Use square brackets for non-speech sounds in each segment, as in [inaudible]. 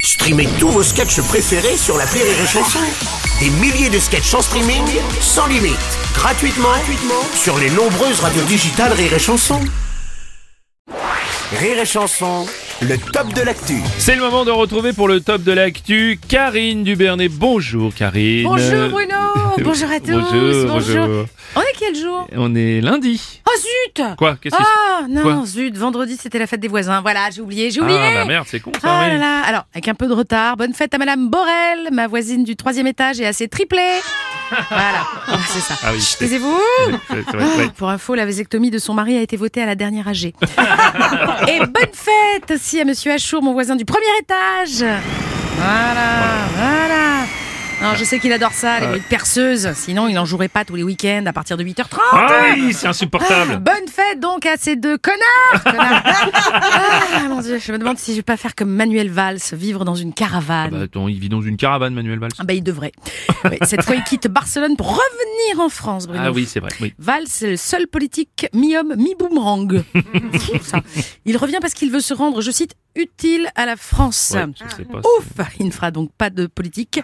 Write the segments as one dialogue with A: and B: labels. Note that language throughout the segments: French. A: Streamez tous vos sketchs préférés sur la Rire et Chanson. Des milliers de sketchs en streaming, sans limite, gratuitement, gratuitement sur les nombreuses radios digitales Rire et Chanson. Rire et Chanson, le top de l'actu.
B: C'est le moment de retrouver pour le top de l'actu Karine Dubernay. Bonjour Karine. [laughs]
C: Bonjour Bruno, bonjour à tous,
B: Bonjour, bonjour.
C: On est quel jour
B: On est lundi.
C: Oh zut
B: Quoi Qu'est-ce qui se-
C: Ah non,
B: Quoi
C: zut, vendredi c'était la fête des voisins, voilà, j'ai oublié, j'ai oublié
B: Ah bah merde, c'est con ça.
C: Ah
B: oui.
C: là là. Alors, avec un peu de retard, bonne fête à Madame Borel, ma voisine du troisième étage et à ses triplés Voilà, Ah, c'est ça.
B: Ah oui,
C: Chut,
B: c'est-
C: Taisez-vous
B: C'est- c'est
C: Ah,
B: vrai, ouais.
C: Pour info, la vasectomie de son mari a été votée à la dernière AG. [laughs] et bonne fête aussi à Monsieur Achour, mon voisin du premier étage. Voilà, voilà. Non, je sais qu'il adore ça, les bruits de perceuse. Sinon, il n'en jouerait pas tous les week-ends à partir de 8h30.
B: Ah
C: bah.
B: oui, c'est insupportable.
C: Ah, Bonne fête donc à ces deux connards, connards. Ah, mon Dieu, je me demande si je vais pas faire comme Manuel Valls, vivre dans une
B: Ah bah
C: caravane.
B: attends, il vit dans une caravane, Manuel Valls.
C: Ah bah il devrait. Oui, cette fois, il quitte Barcelone pour revenir en France, Bruno.
B: Ah oui, c'est vrai. Oui.
C: Valls, c'est le seul politique mi-homme,
B: [laughs]
C: mi-boomerang. Fou, ça. Il revient parce qu'il veut se rendre, je cite, utile à la France.
B: Ouais, je sais pas.
C: Ouf Il ne fera donc pas de politique.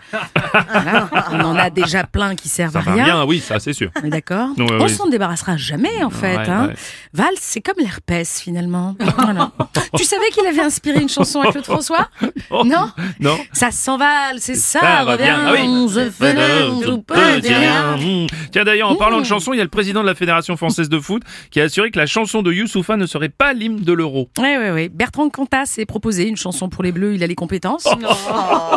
C: Voilà, on en a déjà plein qui servent
B: Ça
C: à
B: va
C: rien.
B: bien, oui, ça c'est sûr.
C: On est d'accord
B: Ouais,
C: On
B: ouais.
C: s'en débarrassera jamais, en fait.
B: Ouais,
C: hein.
B: ouais.
C: Valls, c'est comme l'herpès, finalement. Voilà. tu savais qu'il avait inspiré une chanson à Claude François
B: Oh,
C: Non
B: Non
C: Ça s'envale, c'est ça,
B: Ça
C: revient,
B: revient. Ah oui.
C: on se
B: bah,
C: fait tout petit rien.
B: Mmh. Tiens d'ailleurs, en parlant de chansons, il y a le président de la Fédération française de foot qui a assuré que la chanson de Youssoupha ne serait pas l'hymne de l'euro.
C: Oui, oui, oui. Bertrand Cantat s'est proposé une chanson pour les Bleus, il a les compétences. [laughs]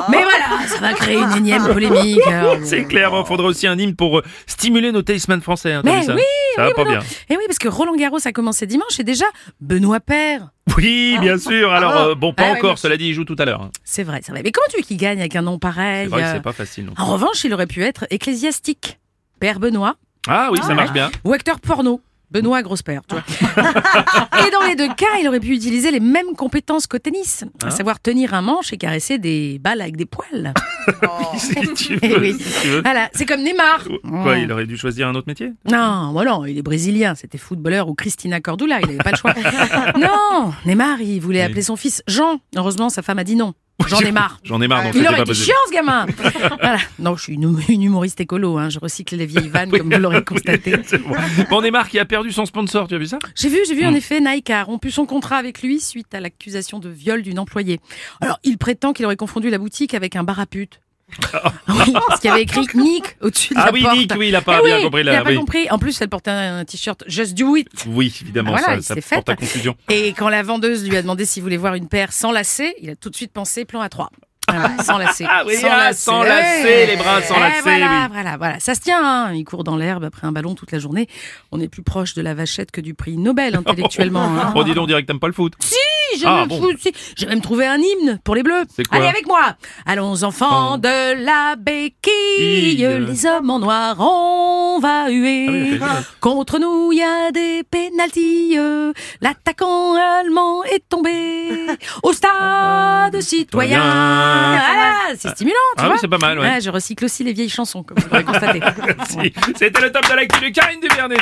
C: Mais voilà, ça va créer une énième polémique. Alors,
B: C'est clair, il faudrait aussi un hymne pour euh, stimuler nos talismans français. hein, t'as
C: Mais
B: vu ça
C: oui,
B: ça va pas bien.
C: Et Eh oui, parce que Roland Garros a commencé dimanche et déjà, Benoît Père.
B: Oui, bien sûr. Alors, euh, bon, pas
C: Ah ouais,
B: encore,
C: merci.
B: cela dit, il joue tout à l'heure. hein.
C: C'est vrai, c'est vrai. Mais comment tu veux qu'il gagne avec un nom
B: C'est
C: pareil
B: vrai que
C: euh
B: c'est pas facile. non.
C: En revanche, il aurait pu être ecclésiastique, Père Benoît,
B: Ah oui, ça marche
C: [laughs]
B: bien.
C: ou acteur porno. Benoît Grospère, tu vois. et dans les deux cas, il aurait pu utiliser les mêmes compétences qu'au tennis,
B: Hein
C: à savoir tenir un manche et caresser des balles avec des poils.
B: si tu
C: Eh
B: veux.
C: oui.
B: si tu veux.
C: Voilà, c'est comme Neymar.
B: Quoi, il aurait dû choisir un autre métier
C: Non, voilà, il est brésilien, c'était footballeur ou Christina Cordula, il n'avait pas le choix. non, Neymar, il voulait
B: Oui.
C: appeler son fils Jean. Heureusement, sa femme a dit non. J'en
B: [laughs]
C: ai marre.
B: J'en ai marre, donc
C: Il
B: c'était
C: aurait
B: pas
C: été
B: possible.
C: chiant ce gamin voilà. Non, je suis une, une humoriste écolo, hein, je recycle les vieilles vannes comme vous l'aurez constaté.
B: [laughs] C'est bon. Bon, Neymar qui a perdu son sponsor, tu as vu ça
C: J'ai vu, j'ai vu
B: Mm.
C: en effet, Nike a rompu son contrat avec lui suite à l'accusation de viol d'une employée. Alors, il prétend qu'il aurait confondu la boutique avec un bar à
B: [laughs]
C: pute. Oui, parce qu'il y avait écrit Nick au-dessus de
B: Ah
C: [laughs] la
B: oui,
C: porte.
B: Nick, oui, il a pas
C: Eh
B: bien
C: oui,
B: compris
C: Il
B: là.
C: a pas
B: oui.
C: compris. En plus, elle portait un t-shirt Just Do It.
B: Oui, évidemment,
C: Voilà, il
B: ça,
C: s'est
B: ça porte
C: fait.
B: à confusion.
C: Et quand la vendeuse lui a demandé s'il voulait voir une paire sans lacets, il a tout de suite pensé plan à 3 sans lacets.
B: Ah oui,
C: sans
B: ah,
C: lacets.
B: sans lacets, les bras sans
C: Eh,
B: lacets,
C: Voilà,
B: oui.
C: voilà, voilà. Ça se tient, hein. il court dans l'herbe après un ballon toute la journée. On est plus proche de la vachette que du
B: [laughs]
C: prix Nobel intellectuellement. hein.
B: Bon, Oh, dis donc, on dirait que t'aimes pas le foot.
C: Oui, j'aime
B: Ah,
C: le
B: bon.
C: foot, si. J'ai même trouvé un hymne pour les bleus.
B: C'est quoi
C: Allez avec moi. Allons enfants
B: Oh.
C: de la béquille,
B: Ille.
C: les hommes en noir, on va
B: Ah oui,
C: huer.
B: la béquille.
C: Contre nous, il y a des pénaltys. L'attaquant allemand est tombé au stade
B: Citoyen.
C: citoyen. Ah, c'est stimulant,
B: Ah
C: tu
B: oui,
C: vois.
B: c'est pas mal, ouais.
C: Ah, je recycle aussi les vieilles chansons, comme vous l'avez constaté.
B: Si. C'était le top de l'actu de Karine Duvernay.